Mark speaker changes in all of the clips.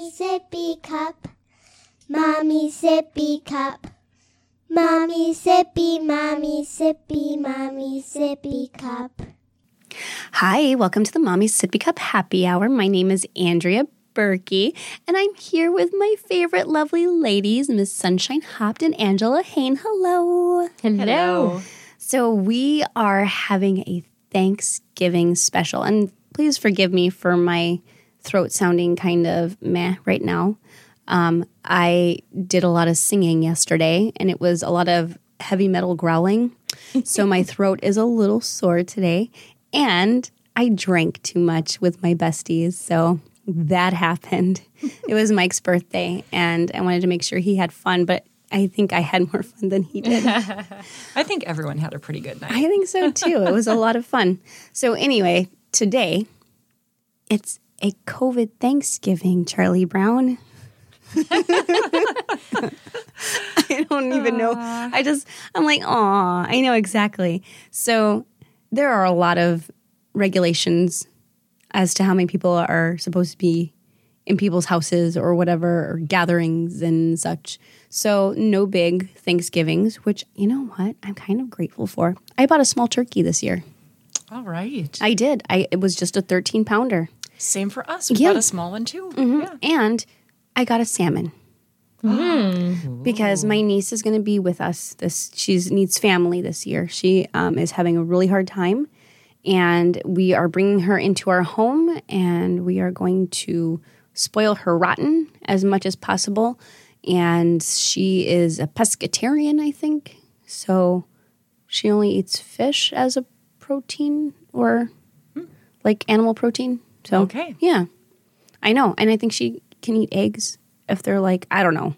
Speaker 1: sippy cup. Mommy sippy cup. Mommy sippy, mommy sippy, mommy sippy cup.
Speaker 2: Hi, welcome to the Mommy Sippy Cup Happy Hour. My name is Andrea Berkey, and I'm here with my favorite lovely ladies, Miss Sunshine Hopped and Angela Hain. Hello.
Speaker 3: Hello.
Speaker 2: So, we are having a Thanksgiving special, and please forgive me for my throat sounding kind of meh right now. Um, I did a lot of singing yesterday, and it was a lot of heavy metal growling. so, my throat is a little sore today, and I drank too much with my besties. So, that happened. it was Mike's birthday, and I wanted to make sure he had fun, but I think I had more fun than he did.
Speaker 3: I think everyone had a pretty good night.
Speaker 2: I think so too. It was a lot of fun. So anyway, today it's a COVID Thanksgiving, Charlie Brown. I don't even know. I just I'm like, "Aw, I know exactly." So there are a lot of regulations as to how many people are supposed to be in people's houses or whatever or gatherings and such. So no big Thanksgivings, which you know what? I'm kind of grateful for. I bought a small turkey this year.
Speaker 3: All right.
Speaker 2: I did. I it was just a 13 pounder.
Speaker 3: Same for us. We
Speaker 2: Yeah. Mm-hmm.
Speaker 3: got a small one too. Yeah.
Speaker 2: And I got a salmon. Because my niece is going to be with us this she needs family this year. She um, is having a really hard time and we are bringing her into our home and we are going to spoil her rotten as much as possible and she is a pescatarian I think. So she only eats fish as a protein or like animal protein. So
Speaker 3: Okay.
Speaker 2: yeah, I know, and I think she can eat eggs if they're like I don't know.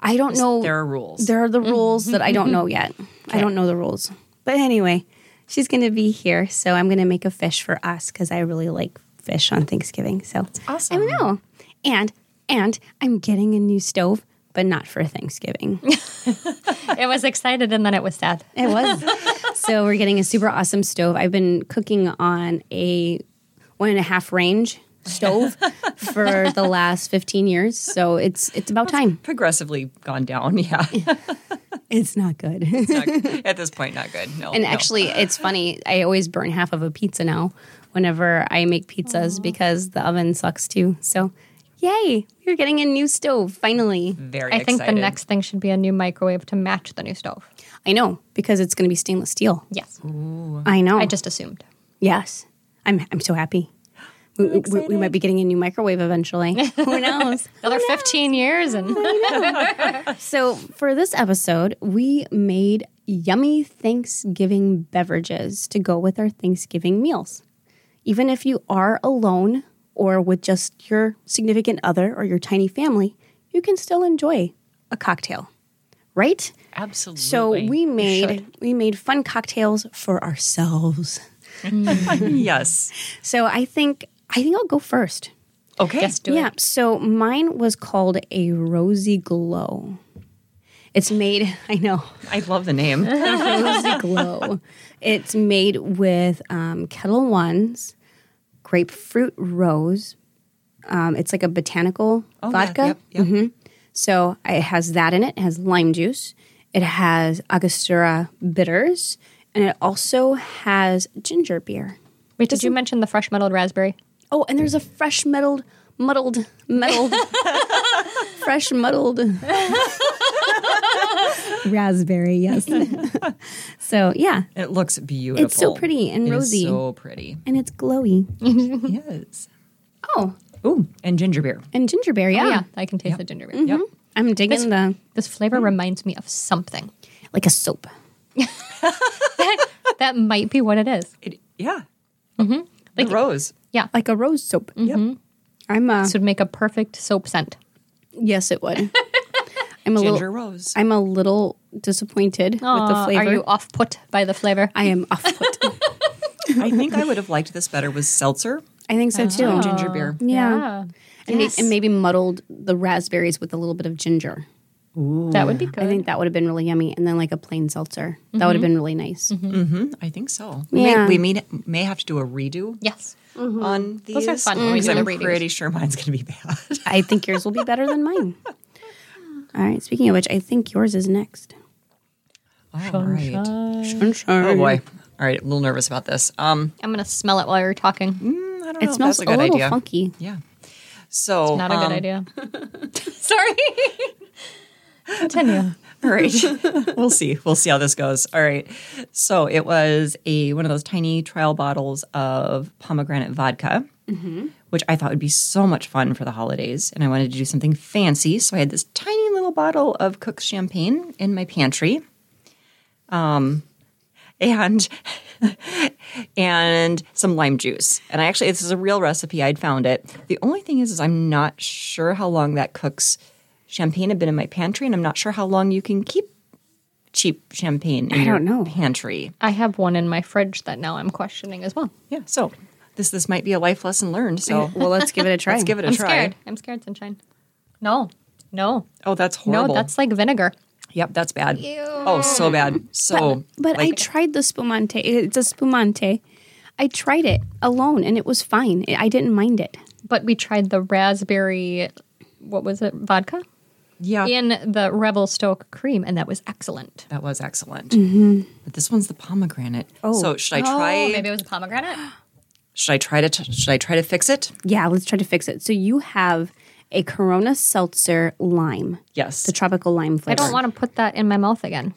Speaker 2: I don't know.
Speaker 3: There Mm-hmm. are rules.
Speaker 2: There are the rules that I don't know yet. I don't know the rules, but anyway, she's going to be here, so I'm going to make a fish for us because I really like fish on Thanksgiving. So I
Speaker 3: awesome.
Speaker 2: don't know, and and I'm getting a new stove, but not for Thanksgiving.
Speaker 4: It was excited and then it was sad.
Speaker 2: It was. so we're getting a super awesome stove. I've been cooking on a one and a half range stove for the last 15 years. So it's it's about time.
Speaker 3: Progressively gone down. Yeah.
Speaker 2: It's not good.
Speaker 3: Not- at this point, not good. No.
Speaker 2: and
Speaker 3: no.
Speaker 2: actually it's funny. I always burn half of a pizza now whenever I make pizzas because the oven sucks too. So yay, we're getting a new stove finally.
Speaker 3: very
Speaker 4: I think
Speaker 3: excited.
Speaker 4: the next thing should be a new microwave to match the new stove.
Speaker 2: I know because it's going to be stainless steel.
Speaker 4: Yes.
Speaker 2: I know.
Speaker 4: I just assumed.
Speaker 2: Yes. I'm I'm so happy. We, we- we, might be getting a new microwave eventually. Who knows?
Speaker 4: Another 15 years and
Speaker 2: So, for this episode, we made yummy Thanksgiving beverages to go with our Thanksgiving meals. Even if you are alone or with just your significant other or your tiny family, you can still enjoy a cocktail, right?
Speaker 3: Absolutely.
Speaker 2: So we made
Speaker 4: should.
Speaker 2: we made fun cocktails for ourselves.
Speaker 3: yes.
Speaker 2: So I think I think I'll go first.
Speaker 3: Okay.
Speaker 4: yes, do
Speaker 2: yeah,
Speaker 4: it.
Speaker 2: so mine was called a rosy glow. It's made, I know,
Speaker 3: I love the name.
Speaker 2: Uh-huh. rosy glow. It's made with um, Kettle One's grapefruit rose. Um, it's like a botanical
Speaker 3: Oh, yeah,
Speaker 2: vodka. Mm-hmm.
Speaker 3: yep, yep.
Speaker 2: So it has that in it. It has lime juice. It has Angostura bitters, and it also has ginger beer.
Speaker 4: Wait, did you mention the fresh muddled raspberry?
Speaker 2: Oh, and there's a fresh muddled, muddled, muddled, fresh muddled raspberry. Yes. so yeah,
Speaker 3: It looks beautiful.
Speaker 2: pretty and
Speaker 3: It is
Speaker 2: rosy. Mm-hmm.
Speaker 3: so pretty.
Speaker 2: and it's glowy.
Speaker 3: Yes.
Speaker 2: Oh,
Speaker 3: Ooh, and ginger beer.
Speaker 2: and ginger beer. Yeah, Mm-hmm.
Speaker 4: Oh, yeah. I can taste the ginger beer.
Speaker 3: Yep.
Speaker 2: I'm digging the
Speaker 4: This flavor reminds me of something.
Speaker 2: like a soap.
Speaker 4: That might be what it is.
Speaker 3: It, yeah. Mm-hmm. The rose.
Speaker 4: Yeah.
Speaker 2: like a rose soap.
Speaker 3: Yep.
Speaker 2: I'm uh
Speaker 4: This would make a perfect soap scent.
Speaker 2: yes, it would. I'm a
Speaker 3: Ginger
Speaker 2: little
Speaker 3: rose.
Speaker 2: I'm a little disappointed with the
Speaker 4: Aw,
Speaker 2: flavor.
Speaker 4: Are you off put by the flavor?
Speaker 2: I am off put.
Speaker 3: I think I would have liked this better with seltzer
Speaker 2: I think so too.
Speaker 3: and ginger beer.
Speaker 2: Yeah. And, may- and maybe muddled the raspberries with a little bit of ginger.
Speaker 4: That would be good.
Speaker 2: I think that would have been really yummy. And then like a plain seltzer. That would have been really nice.
Speaker 3: I think so. We may-
Speaker 2: Yeah. Mm-hmm.
Speaker 3: We may, may have to do a redo
Speaker 4: yes.
Speaker 3: on these.
Speaker 4: Those are fun when we
Speaker 3: 'cause
Speaker 4: do the
Speaker 3: I'm
Speaker 4: redos.
Speaker 3: pretty sure mine's going to be bad.
Speaker 2: I think yours will be better than mine. All right. Speaking of which, I think yours is next.
Speaker 3: All right.
Speaker 2: Sunshine.
Speaker 3: Oh boy. All right. A little nervous about this. Um,
Speaker 4: I'm going to smell it while you're talking.
Speaker 3: I don't know.
Speaker 2: It
Speaker 3: if
Speaker 2: smells
Speaker 3: that's a
Speaker 2: Oh, a,
Speaker 3: good
Speaker 2: little
Speaker 3: idea.
Speaker 2: funky.
Speaker 3: Yeah. So
Speaker 4: Not a
Speaker 3: um,
Speaker 4: good idea. Sorry. Continue.
Speaker 3: All right. we'll see. We'll see how this goes. All right. So it was a one of those tiny trial bottles of pomegranate vodka, which I thought would be so much fun for the holidays. And I wanted to do something fancy. So I had this tiny little bottle of Cook's champagne in my pantry. Um, and and some lime juice. And I actually this is a real recipe. I'd found it. The only thing is is I'm not sure how long that cooks. Champagne had been in my pantry and I'm not sure how long you can keep cheap champagne in
Speaker 2: I don't
Speaker 3: your
Speaker 2: know.
Speaker 3: pantry.
Speaker 4: I have one in my fridge that now I'm questioning as well.
Speaker 3: Yeah. So this this might be a life lesson learned. So
Speaker 2: Well, let's give it a try.
Speaker 3: let's give it a
Speaker 4: I'm
Speaker 3: try.
Speaker 4: scared. I'm scared, Sunshine. No. No.
Speaker 3: Oh, that's horrible.
Speaker 4: No, that's like vinegar.
Speaker 3: yep, that's bad. Oh, so bad. So
Speaker 2: But I tried the spumante. It's a spumante. I tried it alone and it was fine. I I didn't mind it.
Speaker 4: But we tried the raspberry, what was it, vodka?
Speaker 3: yeah.
Speaker 4: In the Rebel Stoke cream, and that was excellent.
Speaker 3: that was excellent.
Speaker 2: Mm-hmm.
Speaker 3: But this one's the pomegranate. Oh. So should I try
Speaker 4: it was a pomegranate.
Speaker 3: should I try to should I try to fix it?
Speaker 2: Yeah, let's try to fix it. So you have a Corona seltzer lime,
Speaker 3: Yes.
Speaker 2: the tropical lime
Speaker 4: I
Speaker 2: flavor.
Speaker 4: don't want to put that in my mouth again.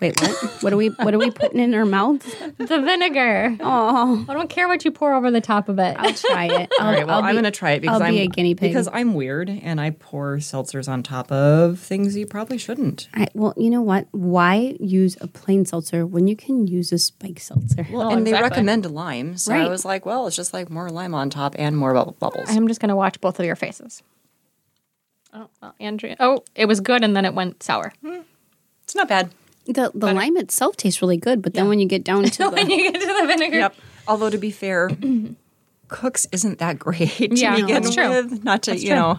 Speaker 2: Wait, what? What are we? What are we putting in our mouths?
Speaker 4: The vinegar. Oh, I don't care what you pour over the top of it.
Speaker 2: I'll try it. I'll,
Speaker 3: All right, well,
Speaker 2: I'll
Speaker 3: I'm
Speaker 2: be-
Speaker 3: going to try it because
Speaker 2: I'll
Speaker 3: am
Speaker 2: be a guinea pig.
Speaker 3: Because I'm weird and I pour seltzers on top of things you probably shouldn't.
Speaker 2: I, well, you know what? Why use a plain seltzer when you can use a spike seltzer?
Speaker 3: Well, and they recommend a lime, so I
Speaker 2: Oh, Right.
Speaker 3: was like, well, it's just like more lime on top and more bubble bubbles.
Speaker 4: I'm just going to watch both of your faces. Oh, well, Andrea. Oh, it was good, and then it went sour.
Speaker 3: It's not bad.
Speaker 2: the the lime itself tastes really good, but then when you get down to the,
Speaker 4: when you get to the vinegar.
Speaker 3: Yep. Although to be fair, Cooks isn't that great to
Speaker 4: Yeah,
Speaker 3: begin
Speaker 4: that's true.
Speaker 3: with. Not to you
Speaker 4: true.
Speaker 3: know.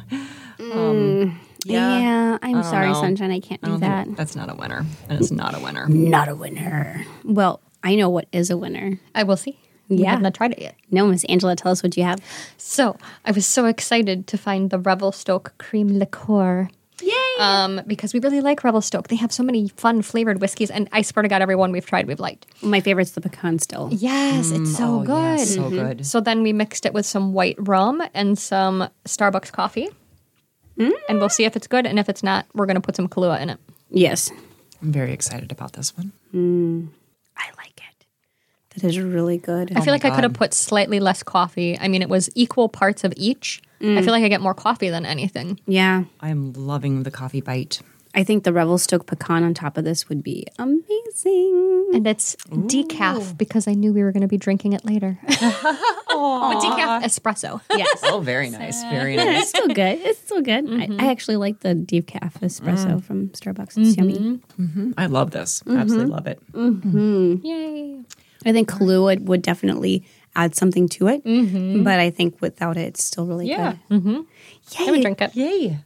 Speaker 2: Mm.
Speaker 3: Um,
Speaker 2: yeah, I'm sorry,
Speaker 3: know.
Speaker 2: sunshine, I can't
Speaker 3: I
Speaker 2: do
Speaker 3: don't
Speaker 2: that.
Speaker 3: think that's not a winner. That is not a winner.
Speaker 2: Not a winner. Well, I know what is a winner.
Speaker 4: I will see. We
Speaker 2: Yeah.
Speaker 4: have not tried it yet.
Speaker 2: No, Miss Angela, tell us what you have.
Speaker 4: So I was so excited to find the Revelstoke cream liqueur. Yay! Um, because we really like Revelstoke. They have so many fun flavored whiskeys, and I swear to God, everyone we've tried, we've liked.
Speaker 2: My favorite's the pecan still.
Speaker 4: Yes, it's so
Speaker 3: Oh,
Speaker 4: good.
Speaker 3: yeah, so
Speaker 2: Mm-hmm.
Speaker 3: good.
Speaker 4: Mm. So then we mixed it with some white rum and some Starbucks coffee. And we'll see if it's good. And if it's not, we're going to put some Kahlua in it.
Speaker 2: Oh Yes,
Speaker 3: I'm very excited about this one.
Speaker 2: I like it. That is really good.
Speaker 4: I feel like I could have put slightly less coffee. I mean, it was equal parts of each. I feel like I get more coffee than anything.
Speaker 2: yeah,
Speaker 3: I'm loving the coffee bite.
Speaker 2: I think the Revelstoke pecan on top of this would be amazing.
Speaker 4: And it's decaf because I knew we were going to be drinking it later. but decaf espresso.
Speaker 2: Yes.
Speaker 3: Oh, very nice. Very nice.
Speaker 2: it's still good. It's still good.
Speaker 3: Mm-hmm.
Speaker 2: I, I actually like the decaf espresso
Speaker 3: Mm.
Speaker 2: from Starbucks. It's
Speaker 3: Mm-hmm.
Speaker 2: yummy.
Speaker 3: I love this.
Speaker 2: Mm-hmm.
Speaker 3: Absolutely love it.
Speaker 2: Mm.
Speaker 4: Yay.
Speaker 2: I think Kahlua would definitely add something to it, but I think without it, it's still really
Speaker 3: Mm-hmm. Yeah. Mm-hmm.
Speaker 2: good.
Speaker 4: I would drink it.
Speaker 3: Yay.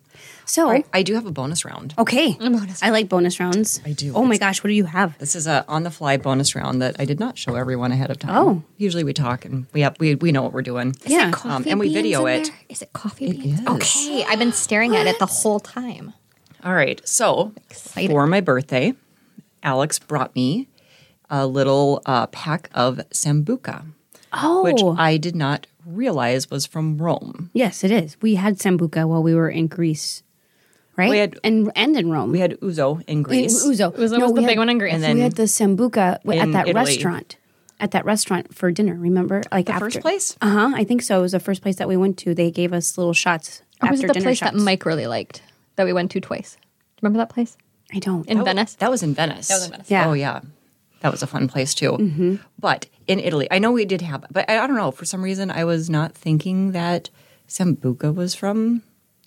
Speaker 2: So,
Speaker 3: All right, I do have a bonus round.
Speaker 2: okay, I like bonus rounds. I
Speaker 3: do.
Speaker 2: Oh my gosh, what do you have?
Speaker 3: This is a on the fly bonus round that I did not show everyone ahead of time.
Speaker 2: Oh.
Speaker 3: usually we talk and we have, we we know what we're doing.
Speaker 2: Yeah.
Speaker 3: Um, and we video it.
Speaker 4: Is it coffee beans?
Speaker 3: is.
Speaker 4: Okay. I've been staring at it the whole time.
Speaker 3: All right. So
Speaker 4: Excited.
Speaker 3: for my birthday, Alex brought me a little uh, pack of sambuca,
Speaker 2: Oh,
Speaker 3: which I did not realize was from Rome.
Speaker 2: yes, it is. We had sambuca while we were in Greece, right?
Speaker 3: We had-
Speaker 2: and and in Rome.
Speaker 3: We had uzo in
Speaker 2: In
Speaker 3: Greece.
Speaker 2: Uzo.
Speaker 4: Uzo was the big one in Greece.
Speaker 2: And
Speaker 3: And then
Speaker 2: then we had the sambuca w-
Speaker 3: in
Speaker 2: at that
Speaker 3: Italy.
Speaker 2: restaurant. At that restaurant for dinner, remember? Like
Speaker 3: The first place?
Speaker 2: Uh huh. I think so. It was the first place that we went to. They gave us little shots
Speaker 4: Or
Speaker 2: after
Speaker 4: was it the
Speaker 2: dinner
Speaker 4: place
Speaker 2: shots.
Speaker 4: that Mike really liked that we went to twice? Remember that place?
Speaker 2: I don't.
Speaker 4: In
Speaker 3: That wa-
Speaker 4: Venice?
Speaker 3: That was in Venice. That was
Speaker 4: in Venice.
Speaker 2: Yeah.
Speaker 3: Oh yeah, that was a fun place too.
Speaker 4: Mm-hmm.
Speaker 3: But in Italy, I know we did have, but I, I don't know for some reason I was not thinking that sambuca was from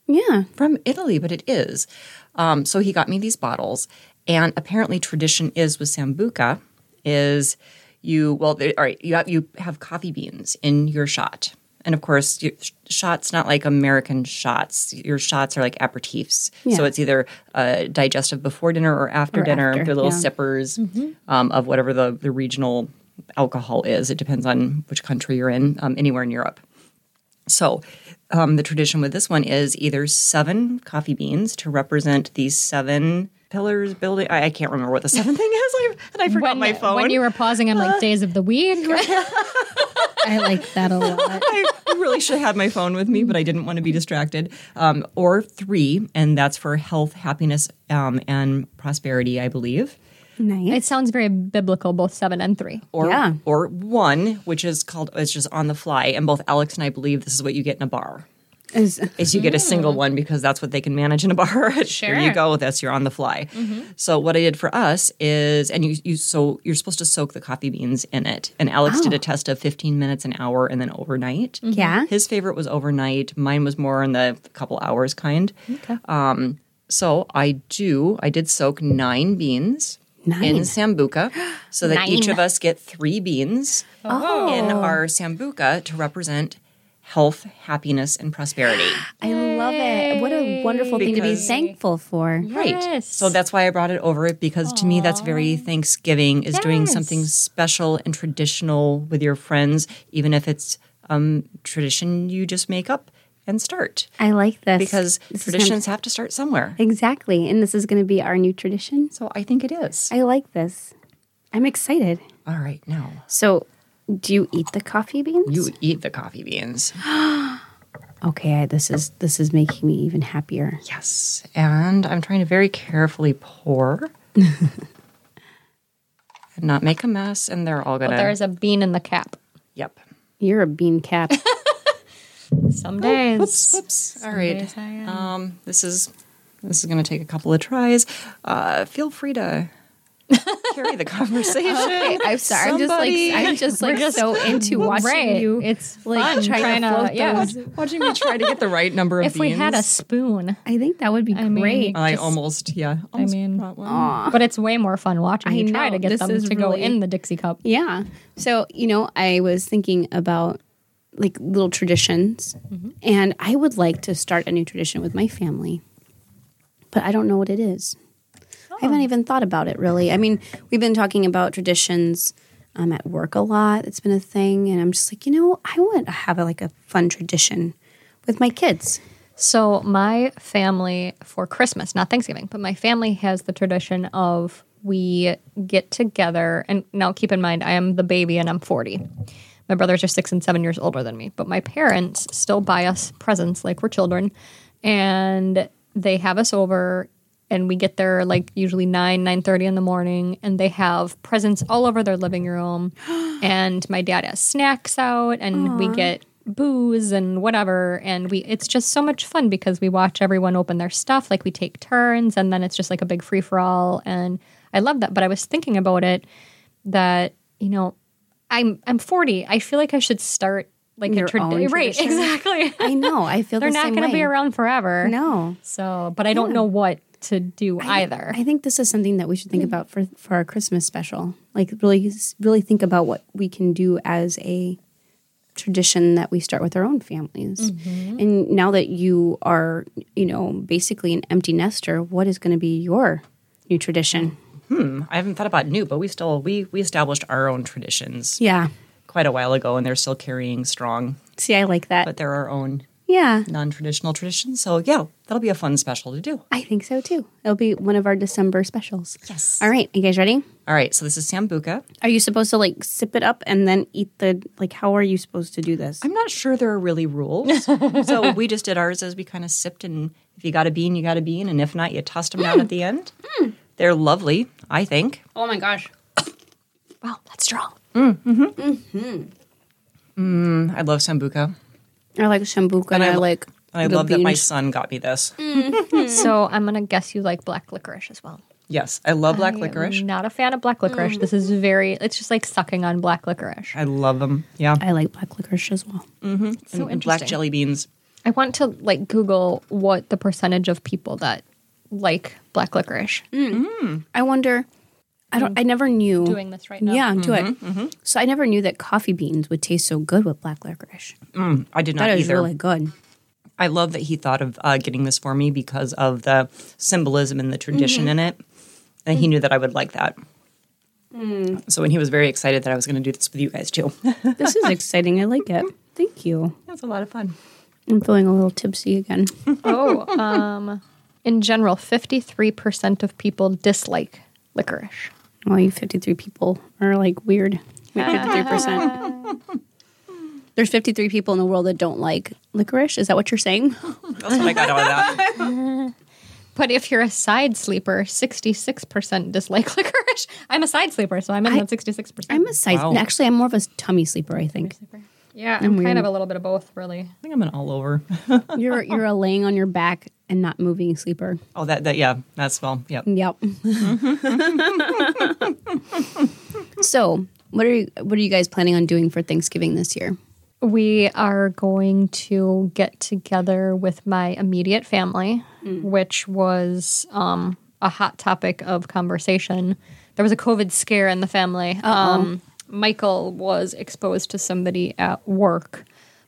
Speaker 2: yeah.
Speaker 3: from Italy, but it is. Um, so he got me these bottles, and apparently tradition is with sambuca is you well there, all right you have, you have coffee beans in your shot, And of course, you, sh- shots not like American shots. Your shots are like aperitifs. So it's either uh, digestive before dinner or after
Speaker 2: Or
Speaker 3: dinner.
Speaker 2: after,
Speaker 3: They're little
Speaker 2: yeah. Mm-hmm.
Speaker 3: sippers um, of whatever the, the regional alcohol is. It depends on which country you're in. Um, anywhere in Europe. So, um, the tradition with this one is either seven coffee beans to represent these seven pillars building. I, I can't remember what the seventh thing is, I, and I forgot
Speaker 4: When,
Speaker 3: my phone.
Speaker 4: when you were pausing, I'm like, days of the week.
Speaker 2: I like that a lot.
Speaker 3: I really should have had my phone with me, but I didn't want to be distracted. Um, or three, and that's for health, happiness, um, and prosperity, I believe.
Speaker 2: Nice.
Speaker 4: it sounds very biblical, both seven and three.
Speaker 3: Or
Speaker 2: Yeah.
Speaker 3: or one, which is called it's just on the fly. And both Alex and I believe this is what you get in a bar.
Speaker 2: Is-
Speaker 3: is you get a single one because that's what they can manage in a bar. Here you
Speaker 4: Sure.
Speaker 3: go. That's you're on the fly. So what I did for us is, and you you so you're supposed to soak the coffee beans in it. And Alex did a test of 15 minutes, an hour, and then overnight.
Speaker 2: Yeah.
Speaker 3: His favorite was overnight. Mine was more in the couple hours kind. Okay. Um, so I do. I did soak nine beans. In
Speaker 2: Nine.
Speaker 3: sambuca, so that each
Speaker 4: Nine.
Speaker 3: of us get three beans in our sambuca to represent health, happiness, and prosperity.
Speaker 2: I love it. What a wonderful thing to be
Speaker 3: Because-
Speaker 2: thankful for.
Speaker 3: Right.
Speaker 4: Yes.
Speaker 3: So that's why I brought it over it because to me that's very Thanksgiving is doing something special and traditional with your friends, even if it's um, tradition you just make up and start
Speaker 2: I like this
Speaker 3: because
Speaker 2: This is kind of-
Speaker 3: traditions have to start somewhere.
Speaker 2: exactly, and this is going to be our new tradition.
Speaker 3: So I think it is.
Speaker 2: I like this. I'm excited.
Speaker 3: All right, now
Speaker 2: So, do you eat the coffee beans?
Speaker 3: you eat the coffee beans.
Speaker 2: okay, I, this is this is making me even happier.
Speaker 3: Yes, and I'm trying to very carefully pour. and Not make a mess, and they're all gonna.
Speaker 4: But there is a bean in the cap.
Speaker 3: yep.
Speaker 2: You're a bean cap.
Speaker 4: Some days.
Speaker 3: Oh, Whoops, whoops. All right.
Speaker 4: days I am.
Speaker 3: Um, this is this is going to take a couple of tries. Uh, feel free to carry the conversation.
Speaker 2: I'm sorry.
Speaker 3: Somebody-
Speaker 2: I'm just like I'm just like so into watching
Speaker 4: Right.
Speaker 2: you.
Speaker 4: It's
Speaker 2: like,
Speaker 4: fun
Speaker 2: trying to float
Speaker 4: yeah.
Speaker 2: those.
Speaker 3: watching me try to get the right number of
Speaker 4: If we had a
Speaker 3: beans.
Speaker 4: spoon.
Speaker 2: I think that would be
Speaker 4: I mean,
Speaker 2: great.
Speaker 3: I
Speaker 4: just-
Speaker 3: almost yeah. Almost
Speaker 4: mean,
Speaker 3: brought one.
Speaker 4: But it's way more fun watching
Speaker 2: I
Speaker 4: you try
Speaker 2: know,
Speaker 4: to get
Speaker 2: this
Speaker 4: them
Speaker 2: is
Speaker 4: to go
Speaker 2: really-
Speaker 4: in the Dixie cup.
Speaker 2: yeah. So you know, I was thinking about like little traditions, and I would like to start a new tradition with my family, but I don't know what it is. I haven't even thought about it really. I mean, we've been talking about traditions um, at work a lot. It's been a thing, and I'm just like, you know, I want to have a, like a fun tradition with my kids.
Speaker 4: So my family for Christmas, not Thanksgiving, but my family has the tradition of we get together and now keep in mind I am the baby and I'm 40. My brothers are 6 and 7 years older than me, but my parents still buy us presents like we're children and they have us over and we get there like usually 9 9.30 in the morning and they have presents all over their living room and my dad has snacks out and we get booze and whatever and we it's just so much fun because we watch everyone open their stuff like we take turns and then it's just like a big free-for-all and i love that but i was thinking about it that you know i'm i'm 40 i feel like i should start like
Speaker 2: Your
Speaker 4: a trad-
Speaker 2: own
Speaker 4: right
Speaker 2: tradition.
Speaker 4: exactly
Speaker 2: I know. I feel
Speaker 4: they're
Speaker 2: the
Speaker 4: not
Speaker 2: same
Speaker 4: going to
Speaker 2: way.
Speaker 4: be around forever
Speaker 2: No.
Speaker 4: so, but I don't know what to do either.
Speaker 2: I think this is something that we should think about for for our Christmas special. Like really really think about what we can do as a tradition that we start with our own families. And now that you are, you know, basically an empty nester, what is going to be your new tradition?
Speaker 3: I haven't thought about new, but we still we we established our own traditions
Speaker 2: Yeah.
Speaker 3: quite a while ago, and they're still carrying strong.
Speaker 2: See, I like that.
Speaker 3: But they're our own
Speaker 2: yeah.
Speaker 3: non-traditional traditions. So yeah, that'll be a fun special to do.
Speaker 2: I think so too. It'll be one of our December specials.
Speaker 3: Yes.
Speaker 2: All right, you guys ready?
Speaker 3: All right. So this is sambuca.
Speaker 2: Are you supposed to like sip it up and then eat the like how are you supposed to do this?
Speaker 3: I'm not sure there are really rules. so we just did ours as we kind of sipped, and if you got a bean, you got a bean, and if not, you tossed them
Speaker 2: Mm.
Speaker 3: down at the end. They're lovely, I think.
Speaker 2: oh my gosh.
Speaker 4: wow, that's strong.
Speaker 3: I love sambuca,
Speaker 2: I like sambuca and,
Speaker 3: I
Speaker 2: I,
Speaker 3: lo-
Speaker 2: like
Speaker 3: and I
Speaker 2: the
Speaker 3: love that my
Speaker 2: beans. Mm.
Speaker 3: son got me this.
Speaker 4: so, I'm going to guess you like black licorice as well.
Speaker 3: Yes, I love black
Speaker 4: I am
Speaker 3: licorice.
Speaker 4: Not a fan of black licorice. This is very, it's just like sucking on black licorice.
Speaker 3: I love them. Yeah,
Speaker 2: I like black licorice as well.
Speaker 3: Mm.
Speaker 4: It's so
Speaker 3: and black
Speaker 4: interesting.
Speaker 3: jelly beans.
Speaker 4: I want to like Google what Hmm. the percentage of people that like black licorice.
Speaker 2: I wonder I don't. I never knew
Speaker 4: doing this right now.
Speaker 2: Yeah, do it.
Speaker 3: Mm-hmm,
Speaker 2: So I never knew that coffee beans would taste so good with black licorice.
Speaker 3: I did not
Speaker 2: That is
Speaker 3: either.
Speaker 2: really good.
Speaker 3: I love that he thought of uh, getting this for me because of the symbolism and the tradition
Speaker 2: Mm-hmm.
Speaker 3: in it. And
Speaker 2: Mm.
Speaker 3: he knew that I would like that. So, and he was very excited that I was going to do this with you guys too.
Speaker 2: This is exciting. I like it. Thank you.
Speaker 3: That's a lot of fun.
Speaker 2: I'm feeling a little tipsy again.
Speaker 4: Oh, um, in general, 53% of people dislike licorice.
Speaker 2: All you 53 people are like weird. Wait, 53%. There's 53 people in the world that don't like licorice. Is that what you're saying?
Speaker 3: That's what I got out of that.
Speaker 4: But if you're a side sleeper, 66% dislike licorice. I'm a side sleeper, so I'm in that 66%.
Speaker 2: I'm a side.
Speaker 3: Wow.
Speaker 2: Actually, I'm more of a tummy sleeper. I think
Speaker 4: yeah, I'm,
Speaker 2: I'm
Speaker 4: kind
Speaker 2: weird.
Speaker 4: of a little bit of both, really.
Speaker 3: I think I'm an all over.
Speaker 2: you're you're a laying on your back and not moving sleeper.
Speaker 3: Oh, that, that, yeah, that's well, yeah.
Speaker 2: Yep. so, what are you, what are you guys planning on doing for Thanksgiving this year?
Speaker 4: We are going to get together with my immediate family, which was um, a hot topic of conversation. There was a COVID scare in the family. Um, Michael was exposed to somebody at work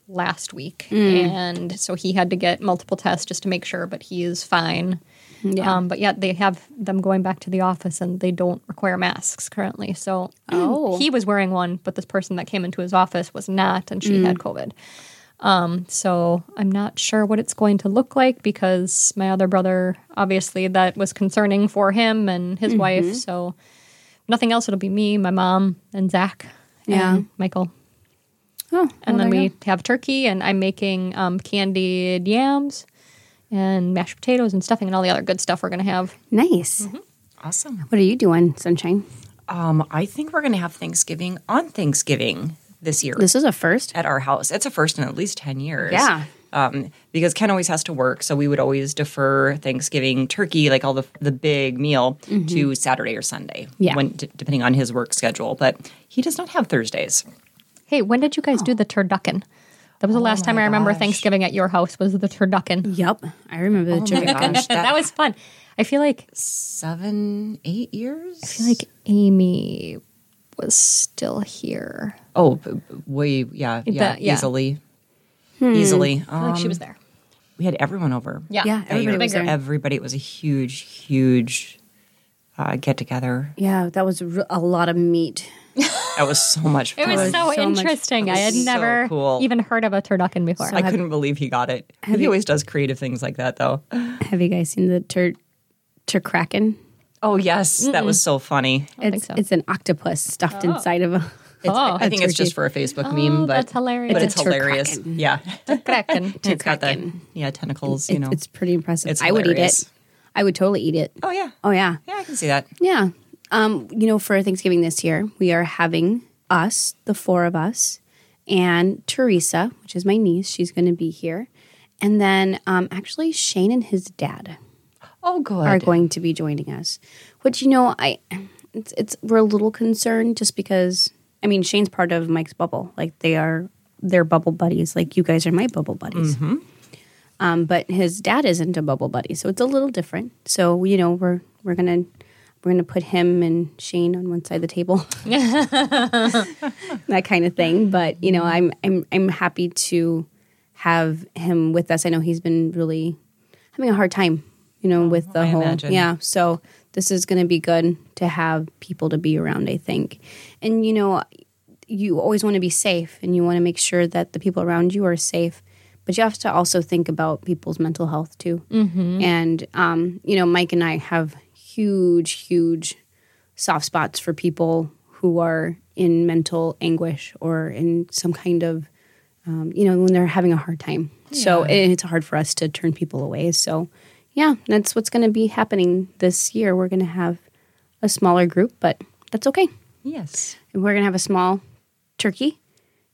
Speaker 4: last week,
Speaker 2: Mm.
Speaker 4: and so he had to get multiple tests just to make sure, but he is fine.
Speaker 2: Yeah.
Speaker 4: Um, but yet they have them going back to the office, and they don't require masks currently. So
Speaker 2: Oh.
Speaker 4: he was wearing one, but this person that came into his office was not, and she had
Speaker 2: Mm.
Speaker 4: COVID. Um, so I'm not sure what it's going to look like because my other brother, obviously, that was concerning for him and his
Speaker 2: Mm-hmm.
Speaker 4: wife. So nothing else. It'll be me, my mom, and Zach,
Speaker 2: Yeah.
Speaker 4: and Michael.
Speaker 2: Oh,
Speaker 4: And then we have turkey, and I'm making um, candied yams and mashed potatoes and stuffing and all the other good stuff we're going to have.
Speaker 2: nice.
Speaker 3: Awesome.
Speaker 2: Mm-hmm. What are you doing, Sunshine?
Speaker 3: Um, I think we're going to have Thanksgiving on Thanksgiving this year.
Speaker 2: This is a first.
Speaker 3: at our house. It's a first in at least 10 years.
Speaker 2: Yeah.
Speaker 3: Um, because Ken always has to work, so we would always defer Thanksgiving turkey, like all the the big meal, to Saturday or Sunday,
Speaker 2: Yeah.
Speaker 3: when, d- depending on his work schedule. But he does not have Thursdays.
Speaker 4: Hey, when did you guys do the turducken? That was the last time I remember Thanksgiving at your house was the turducken.
Speaker 2: Yep, I remember the turkey.
Speaker 3: Gosh,
Speaker 4: That, was fun. I feel like I
Speaker 3: seven, eight years.
Speaker 4: feel like Amy was still here.
Speaker 3: Oh, b- b- way, yeah, yeah,
Speaker 4: yeah. Hmm.
Speaker 3: easily, easily.
Speaker 4: I feel
Speaker 3: Um,
Speaker 4: like she was there.
Speaker 3: we had everyone over.
Speaker 4: Yeah.
Speaker 2: Yeah,
Speaker 3: That year.
Speaker 2: everybody was
Speaker 4: Bigger.
Speaker 2: there.
Speaker 3: Everybody. It was a huge, huge uh, get together.
Speaker 2: Yeah, that was r- a lot of meat.
Speaker 3: That was so much
Speaker 4: It
Speaker 3: fun.
Speaker 4: was so,
Speaker 2: so much-
Speaker 4: interesting. I had
Speaker 3: so
Speaker 4: never
Speaker 3: cool.
Speaker 4: even heard of a turducken before.
Speaker 3: I couldn't believe he got it. He always does creative things like that, though.
Speaker 2: Have you guys seen the tur tur kraken?
Speaker 3: Oh yes, that was so funny.
Speaker 2: It's
Speaker 4: so.
Speaker 2: it's an octopus stuffed inside of a.
Speaker 3: It's,
Speaker 4: Oh.
Speaker 3: I think it's just for a Facebook meme, but
Speaker 4: that's hilarious.
Speaker 3: But
Speaker 4: It's
Speaker 3: it's,
Speaker 2: a
Speaker 3: hilarious.
Speaker 2: turkraken.
Speaker 3: Yeah,
Speaker 4: Kraken.
Speaker 3: it's got the yeah tentacles. You
Speaker 2: It's-
Speaker 3: know.
Speaker 2: it's pretty impressive.
Speaker 3: It's
Speaker 2: I would eat it.
Speaker 3: hilarious.
Speaker 2: I would totally eat it.
Speaker 3: oh yeah,
Speaker 2: Oh yeah.
Speaker 3: yeah. I can see that.
Speaker 2: Yeah. Um, you know, for Thanksgiving this year, we are having us, the four of us, and Teresa, which is my niece. She's going to be here. And then um, actually, Shane and his dad
Speaker 3: Oh good.
Speaker 2: are going to be joining us, which, you know, I. It's, it's we're a little concerned just because I mean Shane's part of Mike's bubble like they are they're bubble buddies like you guys are my bubble buddies um, but his dad isn't a bubble buddy, so it's a little different. So you know, we're we're gonna we're gonna put him and Shane on one side of the table, that kind of thing. But you know, I'm I'm I'm happy to have him with us. I know he's been really having a hard time, you know, with the
Speaker 3: Oh, I
Speaker 2: whole
Speaker 3: imagine.
Speaker 2: yeah. So this is gonna be good to have people to be around. I think, and you know, you always want to be safe and you want to make sure that the people around you are safe but you have to also think about people's mental health too mm-hmm. and um, you know mike and i have huge huge soft spots for people who are in mental anguish or in some kind of um, you know when they're having a hard time so and it's hard for us to turn people away so yeah that's what's going to be happening this year we're going to have a smaller group but that's okay
Speaker 3: Yes.
Speaker 2: we're gonna have a small turkey,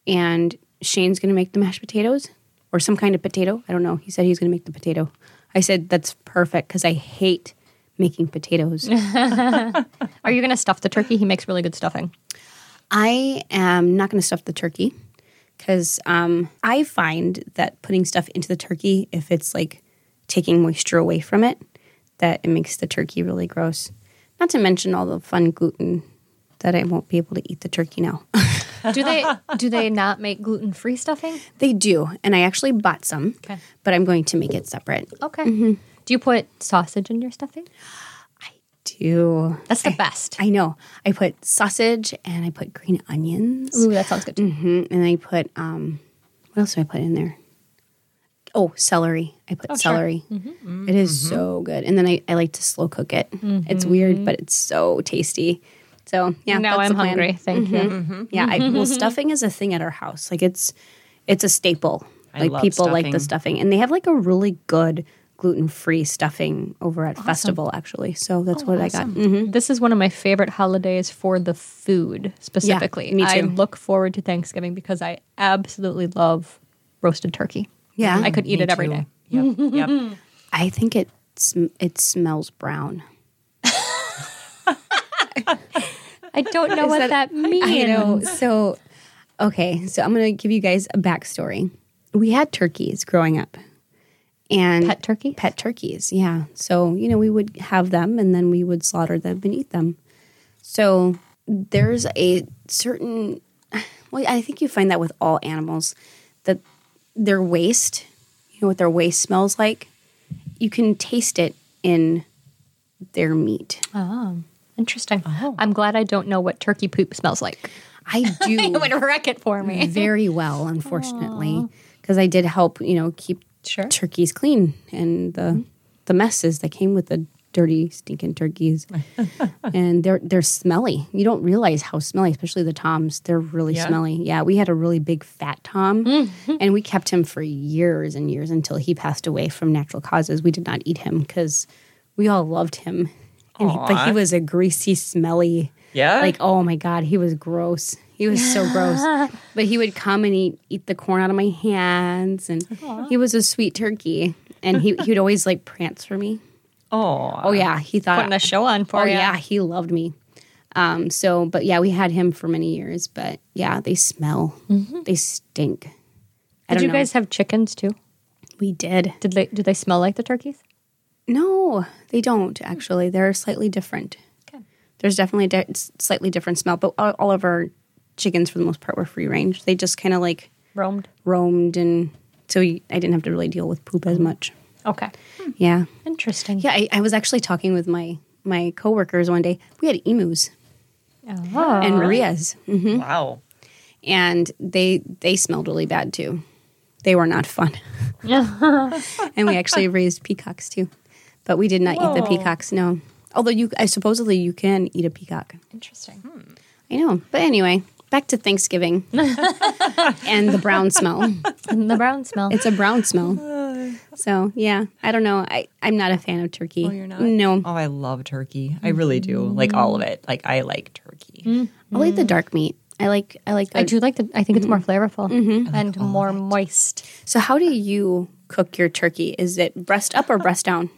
Speaker 2: and Shane's gonna make the mashed potatoes or some kind of potato. I don't know. He said he's gonna make the potato. I said that's perfect because I hate making potatoes.
Speaker 4: Are you going to stuff the turkey? He makes really good stuffing.
Speaker 2: I am not gonna stuff the turkey because um, I find that putting stuff into the turkey, if it's like taking moisture away from it, that it makes the turkey really gross. Not to mention all the fun gluten that I won't be able to eat the turkey now.
Speaker 4: Do they do they not make gluten free stuffing?
Speaker 2: they do, and I actually bought some,
Speaker 4: Okay.
Speaker 2: but I'm going to make it separate.
Speaker 4: Okay.
Speaker 2: Mm-hmm.
Speaker 4: Do you put sausage in your stuffing?
Speaker 2: Do
Speaker 4: That's the best.
Speaker 2: I know? I put sausage and I put green onions.
Speaker 4: Ooh, that sounds good.
Speaker 2: hmm And I put um, what else do I put in there? Oh, celery. I
Speaker 4: Oh,
Speaker 2: put celery.
Speaker 4: Mm-hmm.
Speaker 2: It is
Speaker 3: Mm-hmm.
Speaker 2: so good. And then I, I like to slow cook it. It's weird, but it's so tasty. So yeah,
Speaker 4: Mm-hmm. now
Speaker 2: that's
Speaker 4: I'm
Speaker 2: the plan. Mm-hmm.
Speaker 4: hungry. Mm-hmm. Thank you.
Speaker 3: Mm-hmm.
Speaker 2: Yeah, I, well, stuffing is a thing at our house. Like it's it's a staple.
Speaker 3: I
Speaker 2: like
Speaker 3: love
Speaker 2: people like the
Speaker 3: stuffing.
Speaker 2: stuffing, and they have like a really good gluten free stuffing over at festival actually. So that's
Speaker 4: Oh,
Speaker 2: what I got. Mhm.
Speaker 4: This is one of my favorite holidays for the food specifically.
Speaker 2: me
Speaker 4: I
Speaker 2: too.
Speaker 4: look forward to Thanksgiving because I absolutely love roasted turkey.
Speaker 2: Yeah,
Speaker 4: I could eat it every day.
Speaker 3: Yep. Yep.
Speaker 2: I think it sm- it smells brown.
Speaker 4: I don't know what that, means.
Speaker 2: I know. So, okay. So I'm going to give you guys a backstory. We had turkeys growing up, and
Speaker 4: Pet turkey?
Speaker 2: pet turkeys. Yeah. So you know we would have them, and then we would slaughter them and eat them. So there's a certain. Well, I think you find that with all animals that their waste, you know what their waste smells like. You can taste it in their meat.
Speaker 4: Oh, interesting. I'm glad I don't know what turkey poop smells like.
Speaker 2: I do.
Speaker 4: It would wreck it for me.
Speaker 2: very well, unfortunately, because I did help, you know, keep
Speaker 4: Sure.
Speaker 2: turkeys clean and the
Speaker 3: Mm-hmm.
Speaker 2: the messes that came with the dirty, stinking turkeys. and they're they're smelly. You don't realize how smelly, especially the toms. They're really
Speaker 3: Yeah. Mm-hmm.
Speaker 2: smelly. Yeah, we had a really big fat tom, and we kept him for years and years until he passed away from natural causes. We did not eat him because we all loved him. And he, but he
Speaker 3: Aw.
Speaker 2: was a greasy, smelly.
Speaker 3: Yeah?
Speaker 2: Like, oh my God, he was gross. He was so gross. But he would come and eat, eat the corn out of my hands. And he was a sweet turkey. And he, he would always like prance for me.
Speaker 3: Oh.
Speaker 2: Oh, yeah. He thought.
Speaker 4: Putting a show on for
Speaker 2: oh,
Speaker 4: you.
Speaker 2: yeah. He loved me. Um, so, but yeah, we had him for many years. But yeah, they smell,
Speaker 4: Mm-hmm.
Speaker 2: they stink. I
Speaker 4: Did
Speaker 2: don't
Speaker 4: you
Speaker 2: know.
Speaker 4: guys have chickens too?
Speaker 2: We did.
Speaker 4: Did they? Do they smell like the turkeys?
Speaker 2: No, they don't actually. They're slightly different.
Speaker 4: Okay.
Speaker 2: There's definitely a di- s- slightly different smell, but all, all of our chickens, for the most part, were free range. They just kind of like
Speaker 4: Roamed.
Speaker 2: roamed, and so y- I didn't have to really deal with poop as much.
Speaker 4: Okay.
Speaker 2: Yeah,
Speaker 4: Interesting.
Speaker 2: yeah. I, I was actually talking with my my coworkers one day. We had emus
Speaker 4: Oh.
Speaker 2: and Maria's, Mhm.
Speaker 3: Wow.
Speaker 2: and they they smelled really bad too. They were not fun,
Speaker 4: Oh.
Speaker 2: and we actually raised peacocks too, but we did not eat the
Speaker 3: Whoa.
Speaker 2: peacocks. No, although you, I supposedly you can eat a peacock.
Speaker 4: Interesting.
Speaker 2: I know. But anyway, back to Thanksgiving and the brown smell.
Speaker 4: And Hmm. the brown smell.
Speaker 2: It's a brown smell. So yeah, I don't know. I, I'm not a fan of turkey.
Speaker 3: Oh, you're not?
Speaker 2: No.
Speaker 3: Oh, I love turkey. I really do. Like all of it. Like I like turkey.
Speaker 4: Mm,
Speaker 2: I'll eat the dark meat. I like I like
Speaker 4: I
Speaker 2: that.
Speaker 4: do like the. I think it's more flavorful and more moist.
Speaker 2: So how do you cook your turkey? Is it breast up or breast down?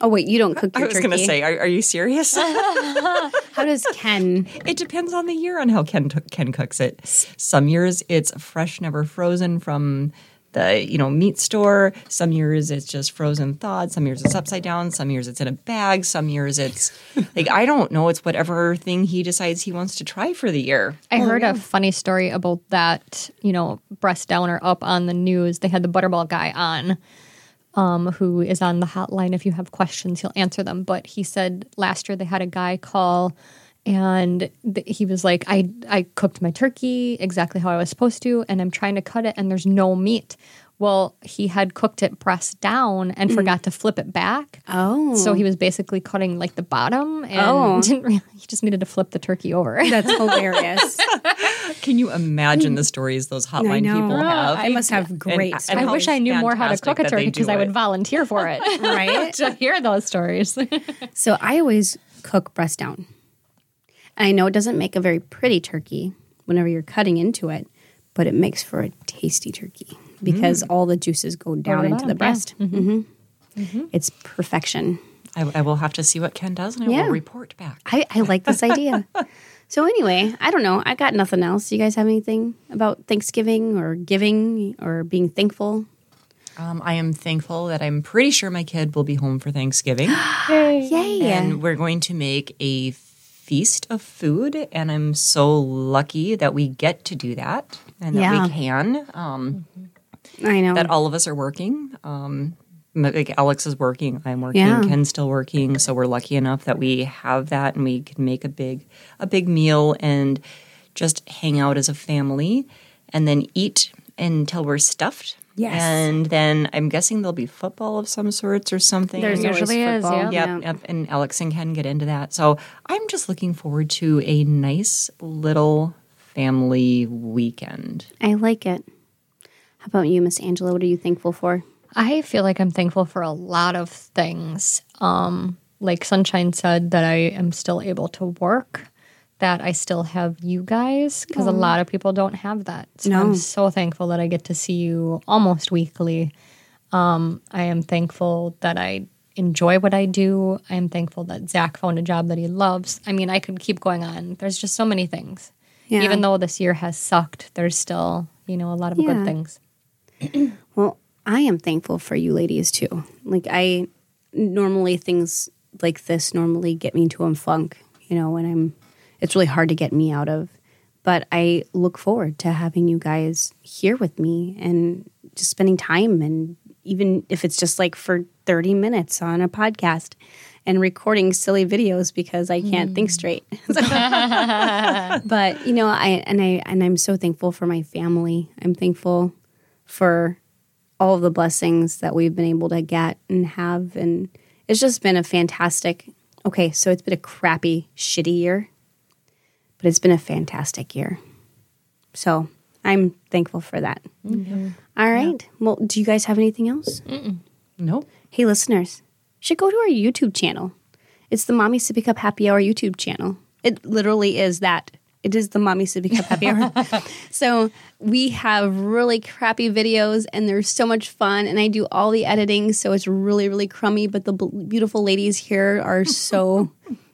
Speaker 2: Oh wait, you don't cook
Speaker 3: I
Speaker 2: your
Speaker 3: was
Speaker 2: turkey.
Speaker 3: going to say, are, are you serious?
Speaker 2: How does Ken?
Speaker 3: it depends on the year on how Ken Ken cooks it. Some years it's fresh, never frozen from the you know meat store. Some years it's just frozen thawed. Some years it's upside down. Some years it's in a bag. Some years it's like I don't know. It's whatever thing he decides he wants to try for the year.
Speaker 4: I
Speaker 2: Oh,
Speaker 4: heard a funny story about that, you know, breast down or up on the news. They had the Butterball guy on, um, who is on the hotline. If you have questions, he'll answer them. But he said last year they had a guy call and th- he was like, I, I cooked my turkey exactly how I was supposed to, and I'm trying to cut it, and there's no meat. Well, he had cooked it breast down and forgot to flip it back.
Speaker 2: Mm. Oh,
Speaker 4: So he was basically cutting like the bottom and
Speaker 2: Oh.
Speaker 4: didn't really, he just needed to flip the turkey over.
Speaker 2: that's hilarious.
Speaker 3: Can you
Speaker 4: Mm.
Speaker 3: imagine the stories those
Speaker 2: I
Speaker 3: hotline
Speaker 2: know.
Speaker 3: people have?
Speaker 2: I must have great.
Speaker 3: and
Speaker 2: stories.
Speaker 4: I wish I knew more how to
Speaker 3: fantastic
Speaker 4: cook a
Speaker 3: that they
Speaker 4: turkey
Speaker 3: do
Speaker 4: because I would
Speaker 3: it.
Speaker 4: volunteer for it.
Speaker 2: Right?
Speaker 4: to hear those stories.
Speaker 2: So I always cook breast down. And I know it doesn't make a very pretty turkey whenever you're cutting into it, but it makes for a tasty turkey because all the juices Mm. go down into the
Speaker 4: bottom, yeah.
Speaker 2: breast. hmm It's perfection.
Speaker 3: I, I will have to see what Ken does, and I
Speaker 2: Yeah.
Speaker 3: will report back.
Speaker 2: I, I like this idea. So anyway, I don't know. I got nothing else. You guys have anything about Thanksgiving or giving or being thankful?
Speaker 3: Um, I am thankful that I'm pretty sure my kid will be home for Thanksgiving.
Speaker 2: Yay.
Speaker 3: And we're going to make a feast of food. And I'm so lucky that we get to do that and that
Speaker 2: Yeah.
Speaker 3: we can. Um,
Speaker 2: I know.
Speaker 3: That all of us are working. Um, like Alex is working, I'm working,
Speaker 2: Yeah.
Speaker 3: Ken's still working. So we're lucky enough that we have that and we can make a big a big meal and just hang out as a family and then eat until we're stuffed.
Speaker 2: Yes.
Speaker 3: And then I'm guessing there'll be football of some sorts or something.
Speaker 2: There's always
Speaker 4: usually is,
Speaker 2: football.
Speaker 4: yeah.
Speaker 3: Yep, yep, and Alex and Ken get into that. So I'm just looking forward to a nice little family weekend.
Speaker 2: I like it. How about you, Miss Angela? What are you thankful for?
Speaker 4: I feel like I'm thankful for a lot of things. Um, like Sunshine said, that I am still able to work, that I still have you guys, because a lot of people don't have that. So
Speaker 2: No.
Speaker 4: I'm so thankful that I get to see you almost weekly. Um, I am thankful that I enjoy what I do. I am thankful that Zach found a job that he loves. I mean, I could keep going on. There's just so many things.
Speaker 2: Yeah.
Speaker 4: Even though this year has sucked, there's still, you know, a lot of
Speaker 2: Yeah.
Speaker 4: good things.
Speaker 2: Well, I am thankful for you ladies too. Like I normally things like this normally get me into a funk, you know, when I'm it's really hard to get me out of. But I look forward to having you guys here with me and just spending time and even if it's just like for 30 minutes on a podcast and recording silly videos because I can't think straight. but you know i and i and i'm so thankful for my family i'm thankful for all of the blessings that we've been able to get and have and it's just been a fantastic okay so it's been a crappy shitty year but it's been a fantastic year so i'm thankful for that All right well do you guys have anything else
Speaker 3: Nope.
Speaker 2: hey listeners you should go to our youtube channel it's the mommy sippy cup happy hour youtube channel it literally is that it is the mommy sippy cup happy hour so we have really crappy videos and they're so much fun and i do all the editing so it's really really crummy but the b- beautiful ladies here are so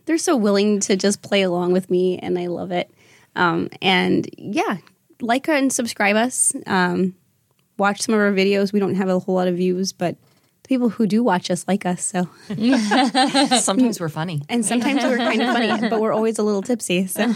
Speaker 2: they're so willing to just play along with me and i love it um, and yeah like and subscribe us um, watch some of our videos we don't have a whole lot of views but the people who do watch us like us so
Speaker 3: Sometimes we're funny.
Speaker 2: and sometimes we're kind of funny, but we're always a little tipsy. So.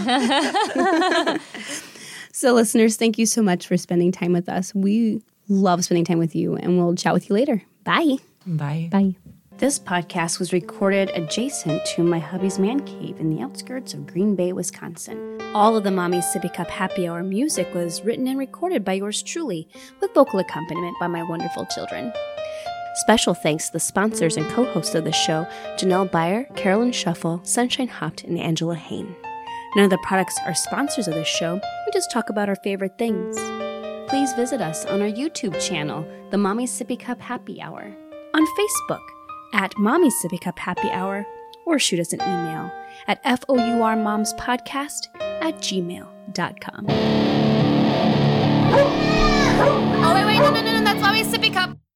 Speaker 2: so, listeners, thank you so much for spending time with us. We love spending time with you, and we'll chat with you later. Bye.
Speaker 3: Bye.
Speaker 4: Bye.
Speaker 2: This podcast was recorded adjacent to my hubby's man cave in the outskirts of Green Bay, Wisconsin. All of the Mommy Sippy Cup Happy Hour music was written and recorded by yours truly, with vocal accompaniment by my wonderful children. Special thanks to the sponsors and co hosts of the show, Janelle Beyer, Carolyn Shuffle, Sunshine Hopped, and Angela Hain. None of the products are sponsors of the show, we just talk about our favorite things please visit us on our YouTube channel, The Mommy Sippy Cup Happy Hour, on Facebook at Mommy Sippy Cup Happy Hour, or shoot us an email at fourmomspodcast at gmail.com.
Speaker 5: Oh wait, wait, no, no, no, no, that's always sippy cup.